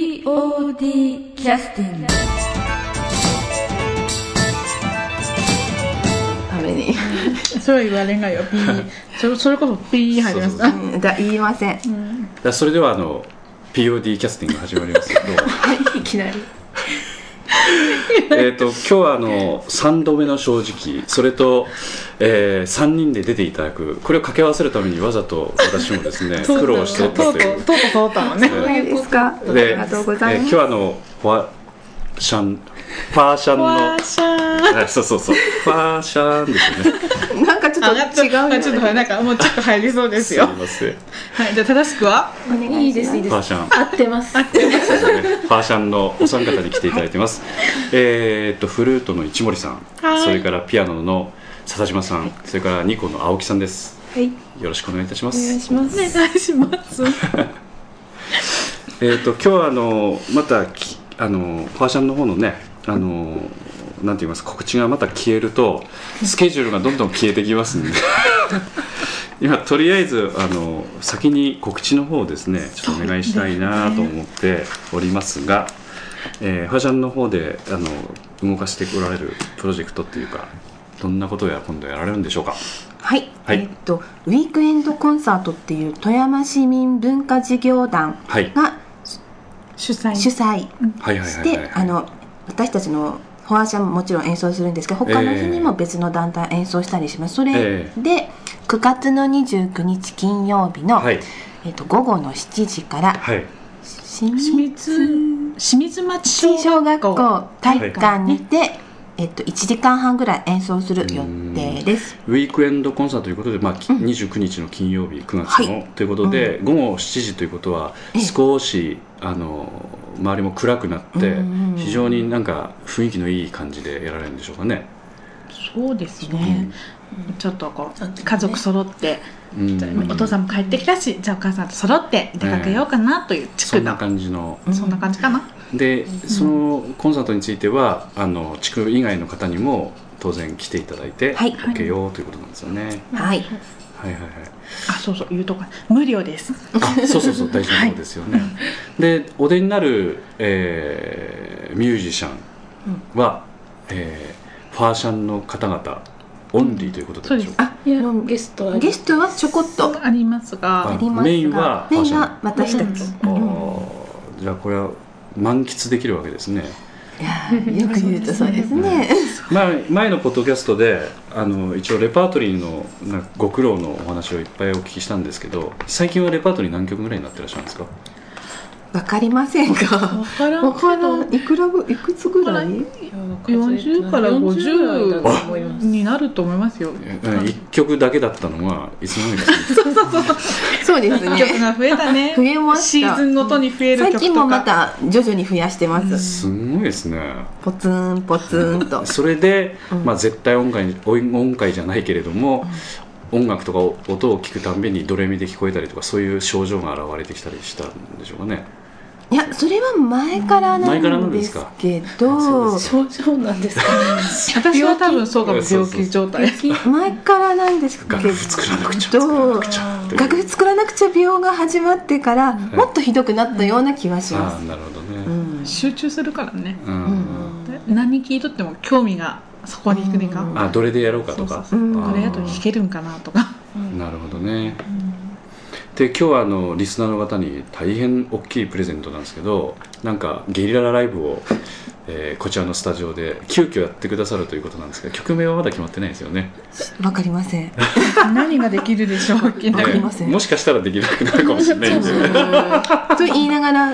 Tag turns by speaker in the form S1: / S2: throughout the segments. S1: POD キャスティング
S2: ために
S3: それは言われないよピーそれそれこそピー入ります
S2: う
S3: あ
S2: んだ言いません、
S4: だからそれではあの POD キャスティング始ま りますけど
S2: はいいきなり
S4: えっと今日はあの3度目の正直それと、え3人で出ていただくこれを掛け合わせるためにわざと私もですね
S3: とうとう
S4: 苦労しておったという
S3: とうとうとうとうたのね
S2: そうですかあり
S4: で、え
S2: がとうございま
S4: ー今
S2: す、
S4: 日はあのファシャンファーシャン
S3: わー
S4: の
S3: しゃ
S4: あそうそうそうファーシャンですよね
S2: なんかちょ
S3: ー上が
S2: っ
S3: っ
S2: と
S3: た
S2: 違うよね
S3: あちょっとはいなんかもうちょっと入りそうです
S4: すい
S3: よ
S4: ませんフ
S3: はいじゃあ正しくはい
S2: いですいいで
S4: ァーシャン
S5: 合って ます。
S4: そうですねファーシャンのお三方に来ていただいてます。えーっとフルートの市森さん、
S3: はい
S4: それからピアノの笹島さん、それからニコの青木さんです。
S2: はい
S4: よろしくお願いいたしま
S2: お願い
S4: す。
S2: します
S3: お願いします
S4: えーっと今日はあのまたきあのファーシャンの方のねあのなんて言います告知がまた消えるとスケジュールがどんどん消えてきますん で。今とりあえずあの先に告知の方をですねちょっとお願いしたいなと思っておりますが、えー、ファジャンの方であの動かしてこられるプロジェクトっていうかどんなことをや今度やられるんでしょうか
S2: はい、
S4: はい
S2: えっとウィークエンドコンサートっていう富山市民文化事業団
S4: はい
S2: が
S3: 主催
S2: 主催
S4: はいはい
S2: し
S4: はいはい
S2: てあの私たちのフォアシャンももちろん演奏するんですけど他の日にも別の団体演奏したりします、それ
S4: え
S2: で9月の29日金曜日の、
S4: はい
S2: えっと、午後の7時から
S4: はい
S2: 清
S3: 清
S2: 水
S3: 水清水町
S2: 新小学
S3: は
S2: 校体育館にて、えっと、1時間半ぐらい演奏する予定です。
S4: ウィークエンドコンサートということで、まあ、き29日の金曜日9月の、
S2: はい
S4: ということで、午後7時ということは
S2: ええ
S4: 少しあの周りも暗くなって、
S2: うんうん
S4: 非常になんか雰囲気のいい感じでやられるんでしょうかね。
S3: そうですね、ちょっとこう家族揃って、
S4: うん
S3: お父さんも帰ってきたしじゃあお母さんと揃って出かけようかなという地
S4: そ
S3: 区
S4: んな
S3: の、
S4: 感じの
S3: そんな感じかな、
S4: で、そのコンサートについてはあの地区以外の方にも当然来ていただいて、
S2: はい
S4: 受けようということなんですよね。
S2: はい、
S4: はいはいはい。
S3: あそうそう言うとこ無料です
S4: あそうそうそう大事なことですよね。でお出になる、えーミュージシャンは、えーファーシャンの方々オンリーということでしょうか。
S2: あ
S5: いや、ゲストは。
S2: ゲストはちょこっと
S3: ありますが、
S2: ありますが
S4: メインは
S2: メインは私たち、
S4: あーじゃあこれは満喫できるわけですね。
S2: いやーよく言うとそうですね。
S4: 前前のポッドキャストであの一応レパートリーのなんかご苦労のお話をいっぱいお聞きしたんですけど最近はレパートリー何曲ぐらいになってらっしゃるんですか
S2: わかりませんか。
S3: わから
S2: わ
S3: んけ
S2: から
S3: ど
S2: んいくらぐいくつぐらい？
S3: 40から50
S5: だと思います。
S3: になると思いますよ
S4: え1曲だけだったのはいつの間にかですね
S2: そうです
S3: 曲
S2: ね。
S3: が増えたね
S2: 増えました
S3: シーズンごとに増える
S2: 最
S3: 曲とか
S2: 近もまた徐々に増やしてます。
S4: すごいですね
S2: ポツンポツンと。
S4: それで、
S2: うん
S4: まあ、絶対音階音音階じゃないけれども、音楽とか音を聞くたんびにドレミで聞こえたりとかそういう症状が現れてきたりしたんでしょうかね
S2: いやそれは前から
S4: 前から
S2: な
S4: なん
S2: ん
S4: で
S2: ですす
S4: か
S2: け
S4: そう
S2: ど
S4: です、
S5: 症状なんですか、
S3: 私は多分そうかも
S4: 病気
S3: 病気状態
S2: 前からなんですけど
S4: 楽譜作らなくちゃ
S2: どう
S4: 作らなくちゃっていう
S2: 楽譜作らなくちゃ病が始まってから、もっとひどくなったような気はしま
S4: ああ
S2: す。
S4: なるほど
S2: う
S4: ね、
S2: ん、
S3: 集中するからね
S4: うん
S3: 何聞いとっても興味がそこに行くねか
S2: うん
S4: あどれでやろうかと
S3: そうそ
S4: か
S3: うそう
S2: うん
S3: これやと弾けるんかなとか
S4: なるほどね、で今日はあのリスナーの方に大変大きいプレゼントなんですけどなんかゲリラライブを、えーこちらのスタジオで急遽やってくださるということなんですが曲名はまだ決まってないですよね
S2: わかりません。
S3: 何ができるでしょう 気にな
S2: わか
S3: る
S2: りません
S4: ねもしかしたらできなくなるかもしれないんで
S2: と言いながら、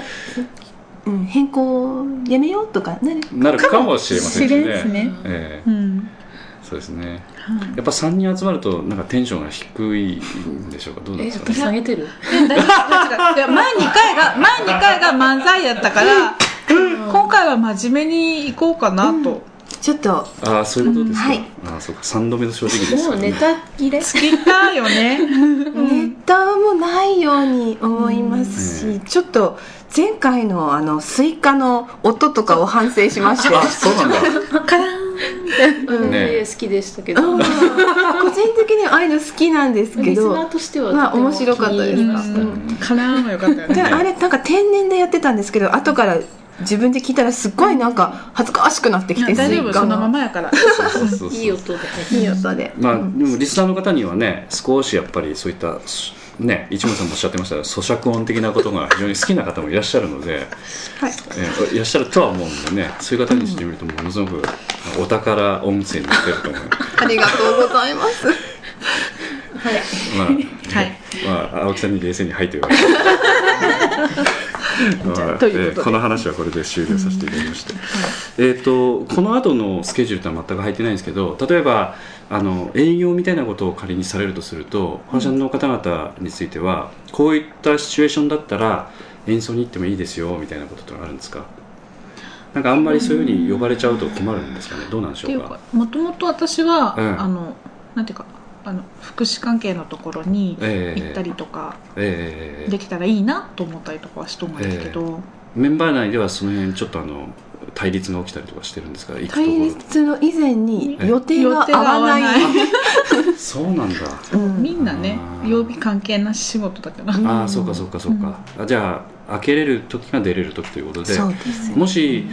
S2: うん、変更やめようとかなる
S4: なるかもしれませんしね
S3: 知れんすね
S4: え
S3: うん
S4: えそうですねやっぱ3人集まるとなんかテンションが低いんでしょうかどうなん
S5: え、
S4: ですか
S5: 私
S4: ね
S5: 下げてる。
S3: いや大丈夫大丈夫いや前2回が前2回が漫才やったから今回は真面目に行こうかなと
S2: ちょっと
S4: ああそういうことですか、
S2: うんはい
S4: ああそうか3度目の正直です
S5: も
S4: よ
S5: う
S4: ね
S5: ネタ切れ。
S3: 切ったよね
S2: ネタもないように思いますし、
S4: うん
S2: ちょっと前回のあのスイカの音とかを反省しまして
S4: あそうなんだ
S3: カラーン
S5: うん
S4: ねえ
S5: 好きでしたけ
S2: う
S5: ど
S2: ん個人的にはああいうの好きなんです
S5: リ
S2: け
S5: ス
S2: ど
S5: ナーとしては
S2: まあ
S5: とても
S2: 面白かったです
S5: 気に入りまし
S3: うんカラーも良かったよ
S2: で
S3: ね。
S2: あれなんか天然でやってたんですけど後から自分で聞いたらすっごいなんか恥ずかしくなって
S3: い
S2: き
S3: や
S2: て
S3: 大丈夫
S2: スイカ
S3: そ
S2: が
S3: のままやから。
S4: そうそうそう
S5: いい音で
S2: いい音で、
S4: まあ、
S2: う
S4: で
S2: ん
S4: もリスナーの方にはね少しやっぱりそういったね一森さんもおっしゃってましたが咀嚼音的なことが非常に好きな方もいらっしゃるので、
S2: はい
S4: えいらっしゃるとは思うんでねそういう方にしてみるとものすごくお宝音声になってると思う、
S2: ありがとうございますはい
S4: まあ
S3: はい
S4: まあ、青木さんに冷静に「はい」と言われ て、まあ
S3: ということで
S4: えーこの話はこれで終了させていただきまして、えっとこの後のスケジュールとは全く入ってないんですけど例えばあの営業みたいなことを仮にされるとすると本社の方々についてはこういったシチュエーションだったら演奏に行ってもいいですよみたいなこととかあるんですかなんかあんまりそういうふうに呼ばれちゃうと困るんですかねどうなんでし
S3: ってい
S4: ょう
S3: う
S4: か
S3: かもともと私は、
S4: うん
S3: あのなんていうかあの福祉関係のところに
S4: ええ
S3: 行ったりとか
S4: ええ
S3: できたらいいなと思ったりとかはしと思うんですけど、
S4: メンバー内ではその辺ちょっとあの対立が起きたりとかしてるんですか行くと
S2: 対
S4: こ
S2: 立の以前に予定が合わない
S3: 予定が合わ
S4: ろそうなんだ
S2: うん
S3: みんなね
S4: あー
S3: 曜日関係なし仕事だから、
S2: ん
S4: ああそうかそうかそうか、あじゃあ開けれる時が出れる時ということで
S2: そうです
S4: もし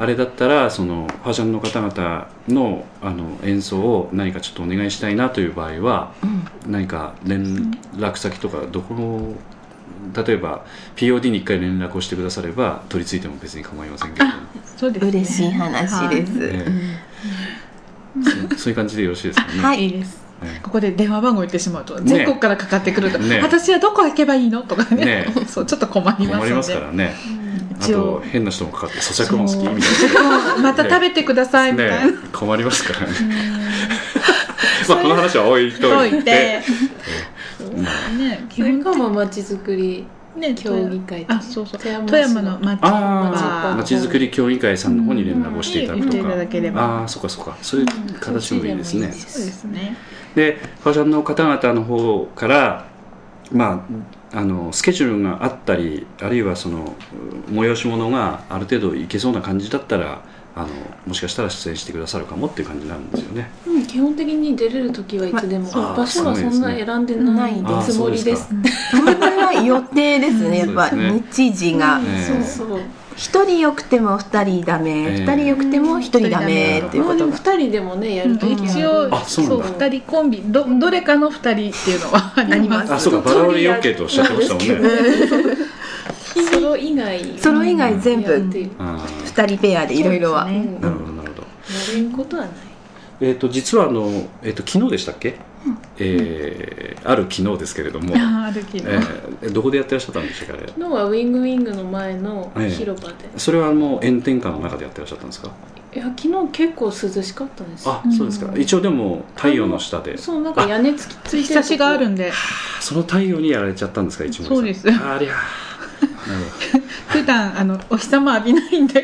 S4: あれだったらそのファッションの方々のあの演奏を何かちょっとお願いしたいなという場合は
S2: うん
S4: 何か連絡先とかどこの例えば POD に一回連絡をしてくだされば取り付いても別に構いませんけれども、
S3: そうですね
S2: 嬉しい話です、
S4: ええそそういう感じでよろしいですかね。
S2: は
S3: はいい、いいです
S4: え
S3: ここで電話番号言ってしまうと
S4: ね
S3: 全国からかかってくると、
S4: ね
S3: 私はどこ行けばいいのとかね
S4: ね
S3: そうちょっと困
S4: え
S3: りますので
S4: 困りますからね。あ
S3: 一
S4: と
S3: 応
S4: 変な人もかかって咀嚼音好きみたいな
S3: そうまた食べてくださいみたいな、
S4: ねえ困りますからねまあこの話は置いと
S3: と
S4: いて
S3: いて
S4: ま
S3: ね基
S5: それ
S3: 本
S5: かもまちづくり
S3: ね
S5: 協議会とか
S3: あそうそう
S5: 富山市
S3: 富山の町
S4: ああま
S5: 町
S4: ちづくり協議会さんの方に連絡をしていただくと
S3: うん
S4: か、
S3: いただければ
S4: ああそうかそうかそういう形もいいですね、
S5: うんそっちでもいい
S3: そうですね
S4: でファシャンの方々の方からまああのスケジュールがあったりあるいはそのう催し物がある程度いけそうな感じだったらあのもしかしたら出演してくださるかもっていう感じなんですよね
S5: うん基本的に出れる時はいつでも、
S4: まあ
S5: 場所はそんな選んでない
S4: あー
S5: つもりです
S4: そう
S2: これは予定ですねやっぱ
S4: そうですね
S2: 日時が
S4: ね
S5: うんそうそう
S2: 一人よくても二人ダメ
S4: ええ
S2: 二人よくても一人ダメっていう
S5: ま
S2: こ
S5: あで
S2: と
S5: も
S2: が
S5: 二人でもねやるとき
S3: 一応
S4: あそうなんだ
S3: 2人コンビどどれかの2人っていうのはあります
S4: あそうかバラ売り OK とおっしゃってましたもんね
S5: ソロ以外
S2: ソロ以外全
S5: やっ
S2: 部
S5: てる
S4: あー
S2: 二人ペアでいろいろは
S3: そうですね
S4: なるほどなるほど
S5: やれることはない
S4: えー、と実はあの、えー、と昨日でしたっけ、えーある昨日ですけれども、
S3: あー歩き
S4: え
S3: の、
S4: ーどこでやってらっしゃったんでしたっけあれ
S5: 昨日はウィングウィングの前の広場で、
S4: それはもう炎天下の中でやってらっしゃったんですか
S5: いや昨日結構涼しかったですよ
S4: あそうですか、
S3: うん
S4: 一応でも太陽の下で
S5: そうなんか屋根つきついて
S3: 日差しがあるん
S5: で
S3: で
S4: その太陽にやられちゃったんですか一森さん
S3: そうです
S4: ありゃーなる
S3: 普段あのお日様浴びないんで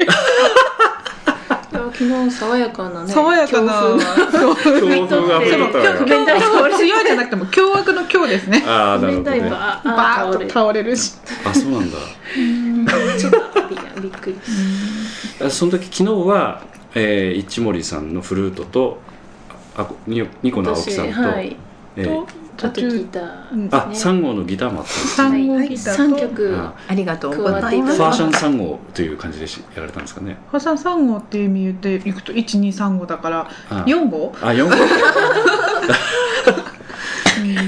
S5: 昨日爽やかなね
S3: 爽やかな
S5: 強風が
S4: ほど強風が吹い
S3: 今
S4: て
S3: 日
S4: た
S3: 今
S4: わよ
S3: 日強いじゃなくても凶悪の凶ですね
S4: ああなる
S5: 明
S4: ほど
S5: 太
S4: ね
S5: 子あ
S3: バー
S5: あ
S3: ッ
S5: 倒
S3: と
S5: れ
S3: 倒れるし
S4: あそうなんだ
S5: るちょっとびっびっくり
S4: あその時昨日は、えー、一森さんのフルートとあ2個の青木さんと、
S5: 私はい
S4: えー
S3: と
S5: ちょ
S3: 途
S5: っとギ
S3: 中
S5: タ
S3: うん
S5: ー
S4: あ、
S5: ですね
S4: 三号のギターもあったんですね。
S3: 三号ギター
S5: 3
S3: と
S5: 曲
S4: あ
S2: ありがとうございま
S4: フ
S2: す
S4: ァーション三号という感じでしやられたんですかね。
S3: ファサン3号っていう意味でいくと123号だから
S4: あ、
S3: 4号
S4: あ、四号。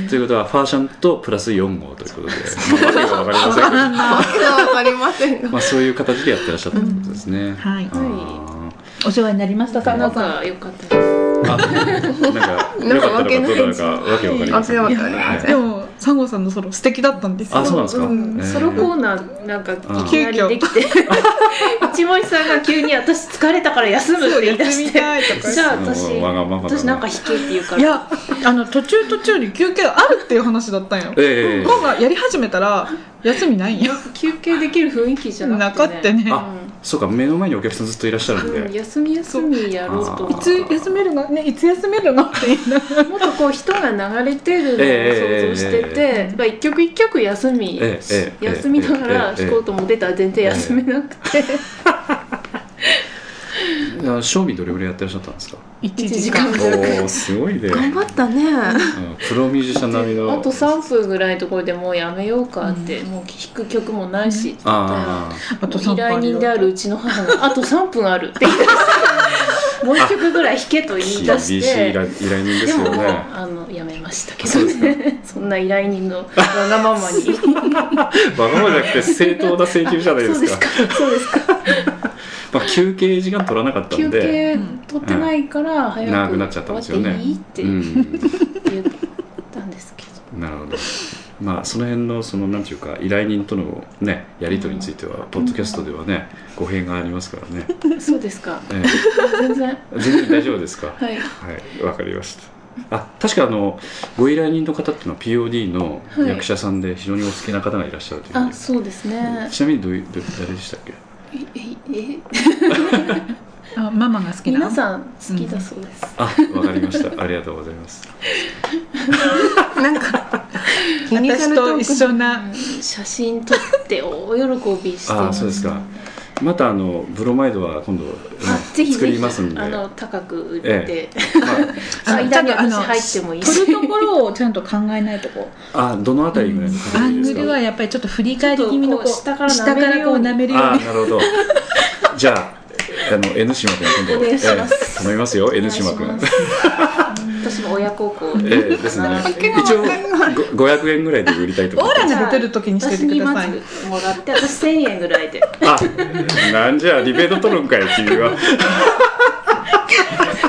S4: ということはファーションとプラス四号ということで、まあ、訳がわかりません
S2: わけ
S4: けど、
S2: がわかりませんが
S4: まあそういう形でやってらっしゃったってことですね。
S3: はい
S4: あー
S3: お世話になりました
S5: なん
S3: 三号さん
S5: か良かったです
S4: あ、なんかよかったのかどうなのかわけわかりません
S2: わ
S4: ね。
S2: け
S3: い
S2: わかりま
S3: や
S2: せん
S3: でも三号さんのソロ素敵だったんですよ
S4: あ、そうなんですか。
S2: うん
S4: えー
S5: ソロコーナーなんかいきなりで きて一森さんが急に私疲れたから休むって言い出
S3: 休み
S5: して
S3: たいとか
S5: じゃあ私
S4: うんわがままだな
S5: 私なんか弾けって言うから
S3: いやあの途中途中に休憩あるっていう話だったんよ
S4: ええ
S3: 本がやり始めたら休みないんよ
S5: 休憩できる雰囲気じゃ
S3: な
S5: な
S3: か
S5: く
S3: ってて
S5: ね
S3: ね
S4: あ、そうか目の前にお客さんずっといらっしゃるんで。
S5: うん休み休みやろうと思
S3: い
S5: っ
S4: そう
S5: て
S3: つ休めるのねいつ休めるのって言いながら
S5: もっとこう人が流れてるのを想像してて、
S3: ええ
S5: まあ、一曲一曲休み、
S4: ええええ
S5: 休みなが
S4: え
S5: ら
S4: えええ
S5: しこうと思ってたら全然休めなくて、
S4: あ賞味どれぐらいやってらっしゃったんですか。
S3: 1 1時間
S2: 一時
S4: おおすごいね、
S2: 頑張ったね
S4: うんプロミュージシャン並みの
S5: あと3分ぐらいのところでもうやめようかって、もう弾く曲もないし、って言ったら
S4: あ
S3: あと
S5: 依
S3: 3
S5: 頼
S3: 分
S5: 人であるうちの母が「あと3分ある」って言い出してもう一曲ぐらい弾けと
S4: あ
S5: 言い
S4: 厳
S5: 出
S4: しい
S5: し
S4: 依
S5: て
S4: 頼依頼人で
S5: ですも
S4: よ
S5: もう
S4: ね
S5: あのやめましたけどね そんな依頼人のわがままに
S4: わがままじゃなくて正当な請求じゃないで
S5: そう
S4: すか
S5: ですかそうですか
S4: まあ、休憩時間取らなかった
S5: 休
S4: んで
S5: 憩取ってないから早く
S4: 長くなっちゃったんですよね
S5: 終わっていいって
S4: う
S5: 言
S4: ん
S5: ったんですけど、
S4: なるほど。まあその辺のそのなんていうか依頼人とのねやり取りについてはポッドキャストではね語弊がありますからね。
S5: そうですか
S4: え
S5: 全然
S4: え全然大丈夫ですか。
S5: はい
S4: はい、わかりました。あ、確かあのご依頼人の方っていうのは POD の
S5: はい
S4: 役者さんで非常にお好きな方がいらっしゃるというふうに
S5: あそうですね
S4: ちなみにどういうどう誰でしたっけ？
S5: えええ
S3: あママが好きな
S5: 皆さん好きだそうです、
S4: あ、わかり ました。ありがとうございます。
S2: なんか気にす
S3: 私
S2: る
S3: と
S2: と
S3: 一緒な
S5: 写真撮って大喜びして
S4: あ
S5: ま、す
S4: そうですか。またあのブロマイドは今度、ね
S5: あぜひぜひ
S4: 作りますんで。
S5: あの高く売って、
S4: まあ
S3: あ
S5: 間に
S3: ちゃんとあの
S5: 私入ってもいいし
S1: 取るところをちゃんと考えないとこ
S4: あどのあたりぐらいの方が
S3: ア
S4: いい
S3: ン
S4: です
S3: グ
S4: か
S3: ルはやっぱりちょっと振り返り気味のこう
S5: ちょっとこう下
S3: 下か
S5: から
S3: らこ
S5: こ
S3: う
S5: う
S3: 舐
S5: 舐
S3: めるよう
S4: あ
S3: に
S4: ーなるほどじゃああの N 島君今度
S5: お願いします
S4: ええ頼みますよ N 島
S5: お願
S4: 君
S5: いし ます私も親孝行
S4: ええですね一応ご500円ぐらいで売りたいと
S3: オ
S4: 思
S3: ー
S4: い
S3: ラ
S4: ます
S3: が出てる時にして
S5: 私
S3: て
S5: に
S3: くだ
S5: ま
S3: さい
S5: ずもらって私1000円ぐらいで
S4: あなんじゃリベート取るんかい君は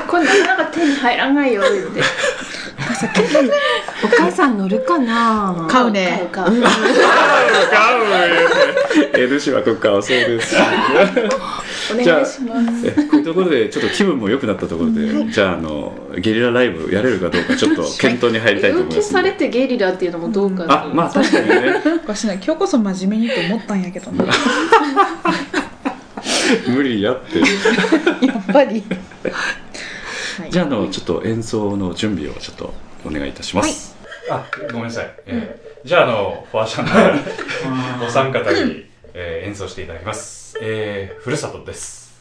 S5: これなかなか手に入らないよって
S2: お母さん乗るかな
S3: 買うね
S5: 買う買う
S4: 買うよね N 島君買うそうです
S5: お
S4: じゃ
S5: 願
S4: あ
S5: いします
S4: えこういうところでちょっと気分も良くなったところでじゃああのゲリラライブやれるかどうかちょっと検討に入りたいと思
S5: 浮
S4: い
S5: 気
S4: ます
S5: さ
S4: ん
S5: れ
S4: で
S5: てゲリラっていうのもどうかと
S4: あまあ確かにね
S3: おかしない今日こそ真面目にと思ったんやけどなや
S4: 無理やって
S3: っぱり
S4: じゃああのちょっと演奏の準備をちょっとお願いいたします。あごめんなさい。えーじゃああのフォアシャンのお三方に、えー演奏していただきます。えー、ふるさとです。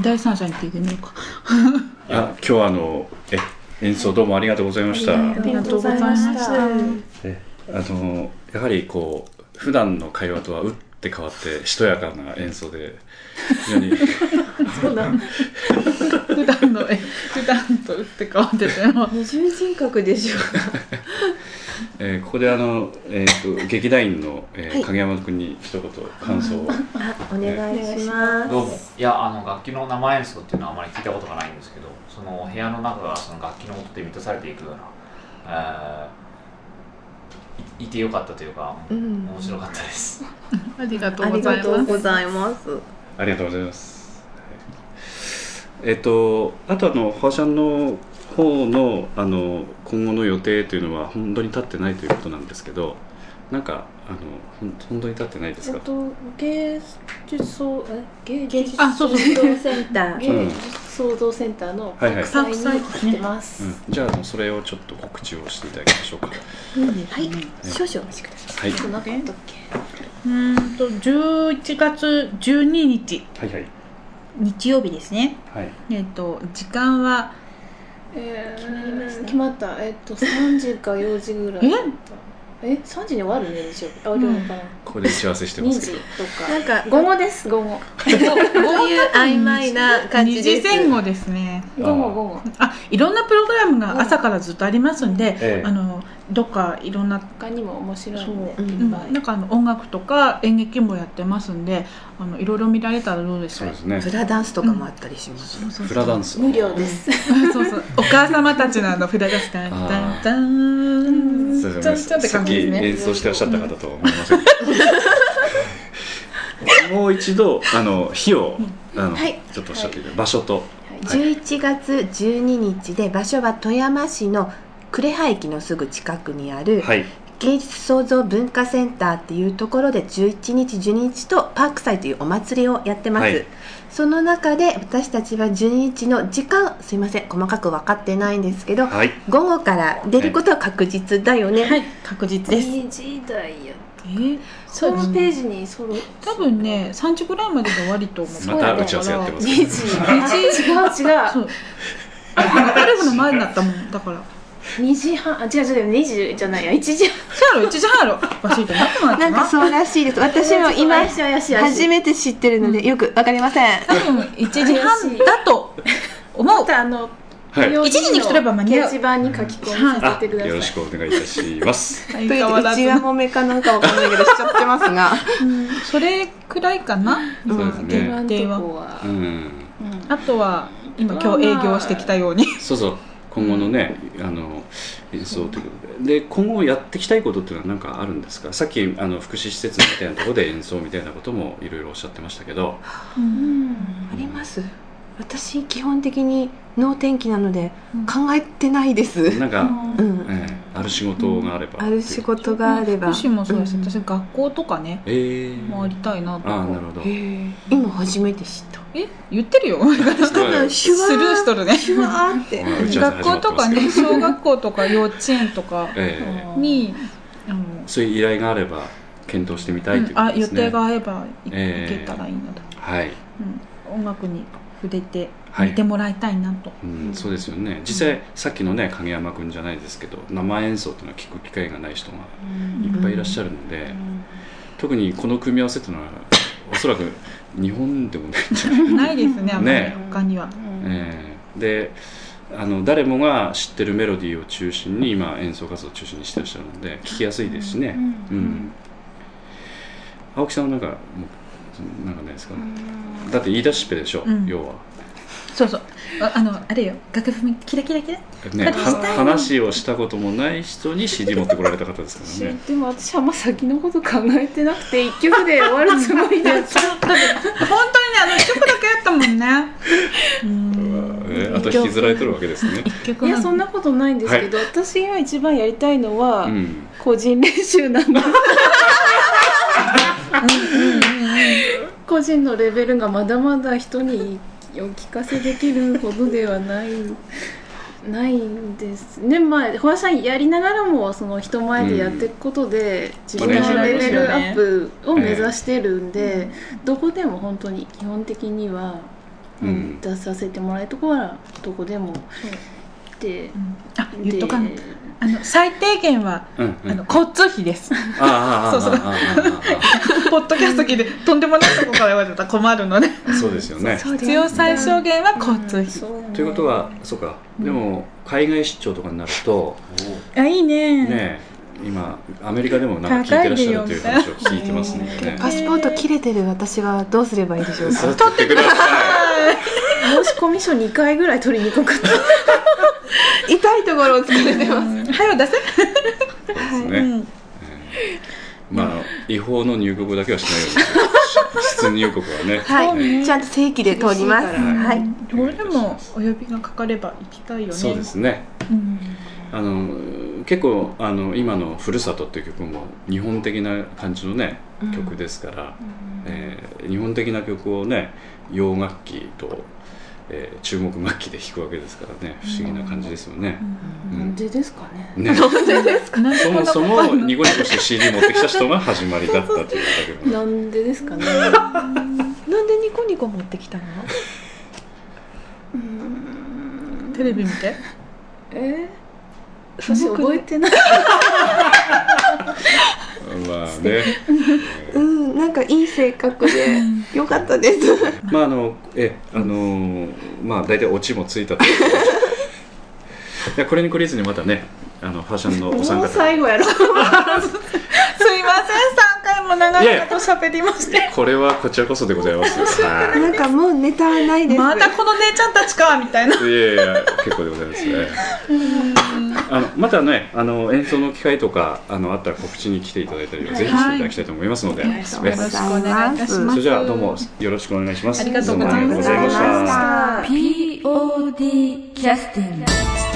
S3: 第三者に聞いてみようか
S4: あ今日はあのえ演奏どうもありがとうございました。
S5: ありがとうございました
S4: えあのやはりこう普段の会話とは打って変わってしとやかな演奏で非常 に
S5: そうだ
S3: 普段のえ普段と打って変わってても
S5: 二重人格でしょ
S4: えーここであのえっ、と劇団員の、えー影山君に一言感想を。
S2: お願いします
S4: どうも
S6: いやあの楽器の生演奏っていうのはあまり聞いたことがないんですけどその部屋の中がその楽器の音で満たされていくような、えーいいてよかったというか、
S2: うん
S6: 面白かったです
S7: ありがと
S2: あ
S7: うご
S2: り
S7: ざい
S2: がと
S7: ま
S2: う
S7: す
S2: ございます。
S4: ありがとうございます。はいえっと、あとあの、ファーシャンの方の、あの、今後の予定というのは、本当に立ってないということなんですけど。なんか、あの、ほん本当に立ってないです
S5: え
S4: か
S5: っ。と芸術創え芸
S2: 芸
S5: 術
S2: 術
S7: あそうそう
S2: 創造センター。
S5: 芸術創造センターの
S4: はいはい
S5: 学祭に来てます、
S4: うん、じゃああの、それをちょっと告知をしていただきましょうか。
S2: はい、少々お待ちくださ
S4: はい、は
S5: なんかあったっけ
S3: うーんと11月12日
S4: い、はい、
S3: 日曜日ですね
S4: はい、
S3: えっ、と時間は
S5: え
S2: りまし
S5: ー
S2: た
S5: 決まったえっと3時か4時ぐらいだったえ3時に終わるね日曜日あ、
S3: ん
S5: でもかな
S4: ここで打ち合わせして
S5: 2
S4: ます
S5: 時
S4: け
S5: と
S4: ど。
S2: い。
S5: か
S2: なんか
S5: 午後です午後
S2: こういう曖昧な感
S7: 2
S2: じで
S7: 時
S2: す。
S7: 前後ですね
S5: 午後午後
S3: あいろんなプログラムが朝からずっとありますんで、
S4: ええ
S3: あのどっかいろんな
S5: 他にも面白いんで
S3: そう
S5: い
S3: うん
S5: っ
S2: ん
S5: ぱい、
S3: なんかあの音楽とか演劇もやってますんであのいろいろ見られたらどうでし
S4: そ
S3: ょ
S4: う
S3: う
S4: ですね
S2: フ。ラダンスとかもあったりします。
S3: そうそうそう
S4: フラダンス。
S5: 無料で。す
S3: そうそうお母様たちのあのフラダンスダンダンダン
S4: そうですね。さっき演奏してらっしゃった方とは思いません。もう一度あの日をあの、
S2: はい
S4: ちょっとおっしゃっていただいて場所と
S2: 11月12日で場所は富山市の呉羽駅のすぐ近くにある
S4: はい
S2: 芸術創造文化センターっていうところで11日12日とパーク祭というお祭りをやってます、
S4: はい
S2: その中で私たちは12日の時間すいません細かく分かってないんですけど
S4: はい
S2: 午後から出ることは確実だよね、
S3: はい確実です、
S5: 2時台や
S3: えー
S5: ホームページにそろ
S3: 多分ね3時ぐらいまでで終わりと思う
S4: また打ち合わせやっ てますけ
S5: 2
S4: ど
S5: 時違う違う
S3: そう あゴルフの前になったもんだから
S5: 2時半あ違う違う2時じゃないや1時
S3: せやろ1時半やろおかしいと思ってもらった
S2: なんかそうらしい です私 も今
S5: 怪しい怪しい怪しい
S2: 初めて知ってるのでよく分かりません
S3: 多分1時半だと思 う
S5: またあの
S4: はい
S5: 用
S3: 一時に来れば間に合う
S5: 掲示板に書き込みさ
S4: あ
S5: せてください
S4: よろしくお願いいたし ます
S7: 相
S2: と言
S7: 変わら
S2: ってう
S7: ず
S2: ちはもめかなんかわかんないけどしちゃってます が
S3: それくらいかな
S4: そうです
S5: 今
S4: ね
S5: んとこは
S4: う、ん
S5: うん
S3: あとは今今日営業してきたように
S4: そうそう今後のね、あの演奏ということでで今後やっていきたいことっていうのは何かあるんですかさっきあの福祉施設みたいなところで演奏みたいなこともいろいろおっしゃってましたけど
S5: うん
S2: あります私基本的に能天気なので考えてないです、
S4: なんか、
S2: うん
S4: ええある仕事があればって
S2: あ
S4: いう、
S2: る仕事があれば
S3: もしもそうです、
S2: ん
S3: 私学校とかね
S4: ええ
S3: 回りたいなと
S4: ああな
S3: か
S4: るほど
S2: へえ今初めて知った
S3: え言ってるよ
S2: 私多分シュ
S3: ス
S2: ワー
S3: ルーしとるね
S2: シュワーって
S4: まあ打ち合わせ
S3: 学
S4: 始ま
S3: 校
S4: って
S3: と
S4: ま
S3: か
S4: すけど
S3: ね小学校とか幼稚園とか
S4: ええ
S3: にあの
S4: そういう依頼があれば検討してみたいという
S3: うん
S4: こと
S3: あ
S4: で
S3: 予
S4: すね、
S3: 定が合えばい
S4: ええ
S3: 行けたらいいなと、
S4: はい、
S3: うん、音楽に触れて
S4: はい
S3: 見てもらいたいなと、
S4: うん、そうですよね実際さっきのね影山君じゃないですけど生演奏っていうのは聞く機会がない人がいっぱいいらっしゃるので、特にこの組み合わせっていうのはおそらく日本でもないんじゃない、
S3: ないですねあんまり
S4: ね
S3: 他には、
S4: ええであの誰もが知ってるメロディーを中心に今演奏活動を中心にしてらっしゃるので聞きやすいですしね、うん青木さんはなんかもうなんかないですか、だって言い出しっぺでしょ、
S3: うん
S4: 要は。
S3: そうそうああのあれよ楽譜もキラキラ キラ
S4: ね、
S3: 話したい
S4: は話をしたこともない人に CD 持ってこられた方ですから ね。
S5: でも私はあんま先のこと考えてなくて一曲で終わるつもりだった
S3: だって本当にねあの一曲だけやったもん ねうん
S4: ねあと引きずられてるわけですね。
S3: 一曲
S5: いや
S3: ん
S5: そんなことないんですけど、私が一番やりたいのは
S4: うん、
S5: 個人練習なんです個人のレベルがまだまだ人にお聞かせできるほどではないないんですねまあフォアさんやりながらもその人前でやっていくことで、自分のレベルアップを目指してるんで、どこでも本当に基本的には、
S4: う
S5: うんん、出させてもらえるとこはどこでもで
S3: あ言っとかん
S5: で
S3: あの最低限は
S4: うん、う
S3: あ
S4: ん。
S3: の交通費です
S4: ああ、ああ、
S3: そうそう
S4: あああ
S3: ポッドキャスト聞いてとんでもないとこから言われたら困るので
S4: あああそうですよね。
S3: 必要最小限は交通費、
S5: そうだね
S4: ということは、そうか、でも海外出張とかになると、
S3: あいいね
S4: ね、今アメリカでもなんか聞いてらっしゃるという話を聞いてますのでね
S2: パスポート切れてる私はどうすればいいでしょう
S4: さ
S2: か
S4: あ取ってください
S5: 申込書2回ぐらい取りに行こうかと
S2: 痛いところを突かれてます
S3: 早出せ
S4: ですね、えーまあ違法の入国だけはしないようにして出入国 はね
S2: はいちゃんと正規で通りますはい
S3: どれもお呼びがかかれば行きたいよね
S4: そうですね、あの結構あの今の「ふるさと」っていう曲も日本的な感じのね曲ですから、えー日本的な曲をね洋楽器と、えー中国楽器で弾くわけですからね不思議な感じですよね。うん
S5: なんでですかね
S3: な
S4: ね、
S3: んで
S4: そ
S3: こん
S4: も
S3: な
S4: そもニコニコして CD 持ってきた人が始まりだったというだけ の
S5: なんでですかね
S2: なんでニコニコ持ってきたの
S3: テレビ見て
S5: え私覚えてない
S4: まあね、
S2: うんなんかいい性格でよかったです
S4: まああのえあのーまあ大体オチもついたという ことでいやこれに懲りずにまたねあのファッションのお三
S5: もう
S4: 方
S5: 最後やろ
S3: すいません3回も長
S4: いやいや
S3: いこと喋りまして
S4: これはこちらこそでございますはい
S2: なんかもうネタはないです
S3: またこの姉ちゃんたちかみたいない
S4: やいや結構でございますね。あのまたねあの演奏の機会とかあのあったら告知に来ていただいたりはぜひしていただきたいと思いますので、
S2: よ
S4: ね
S2: ろしくお願いいたし
S4: そ
S2: ま
S4: れ
S2: す
S4: じゃあどうもよろしくお願いします。
S3: ありがとうございました
S4: どもありがとうございました。
S8: POD キャスティング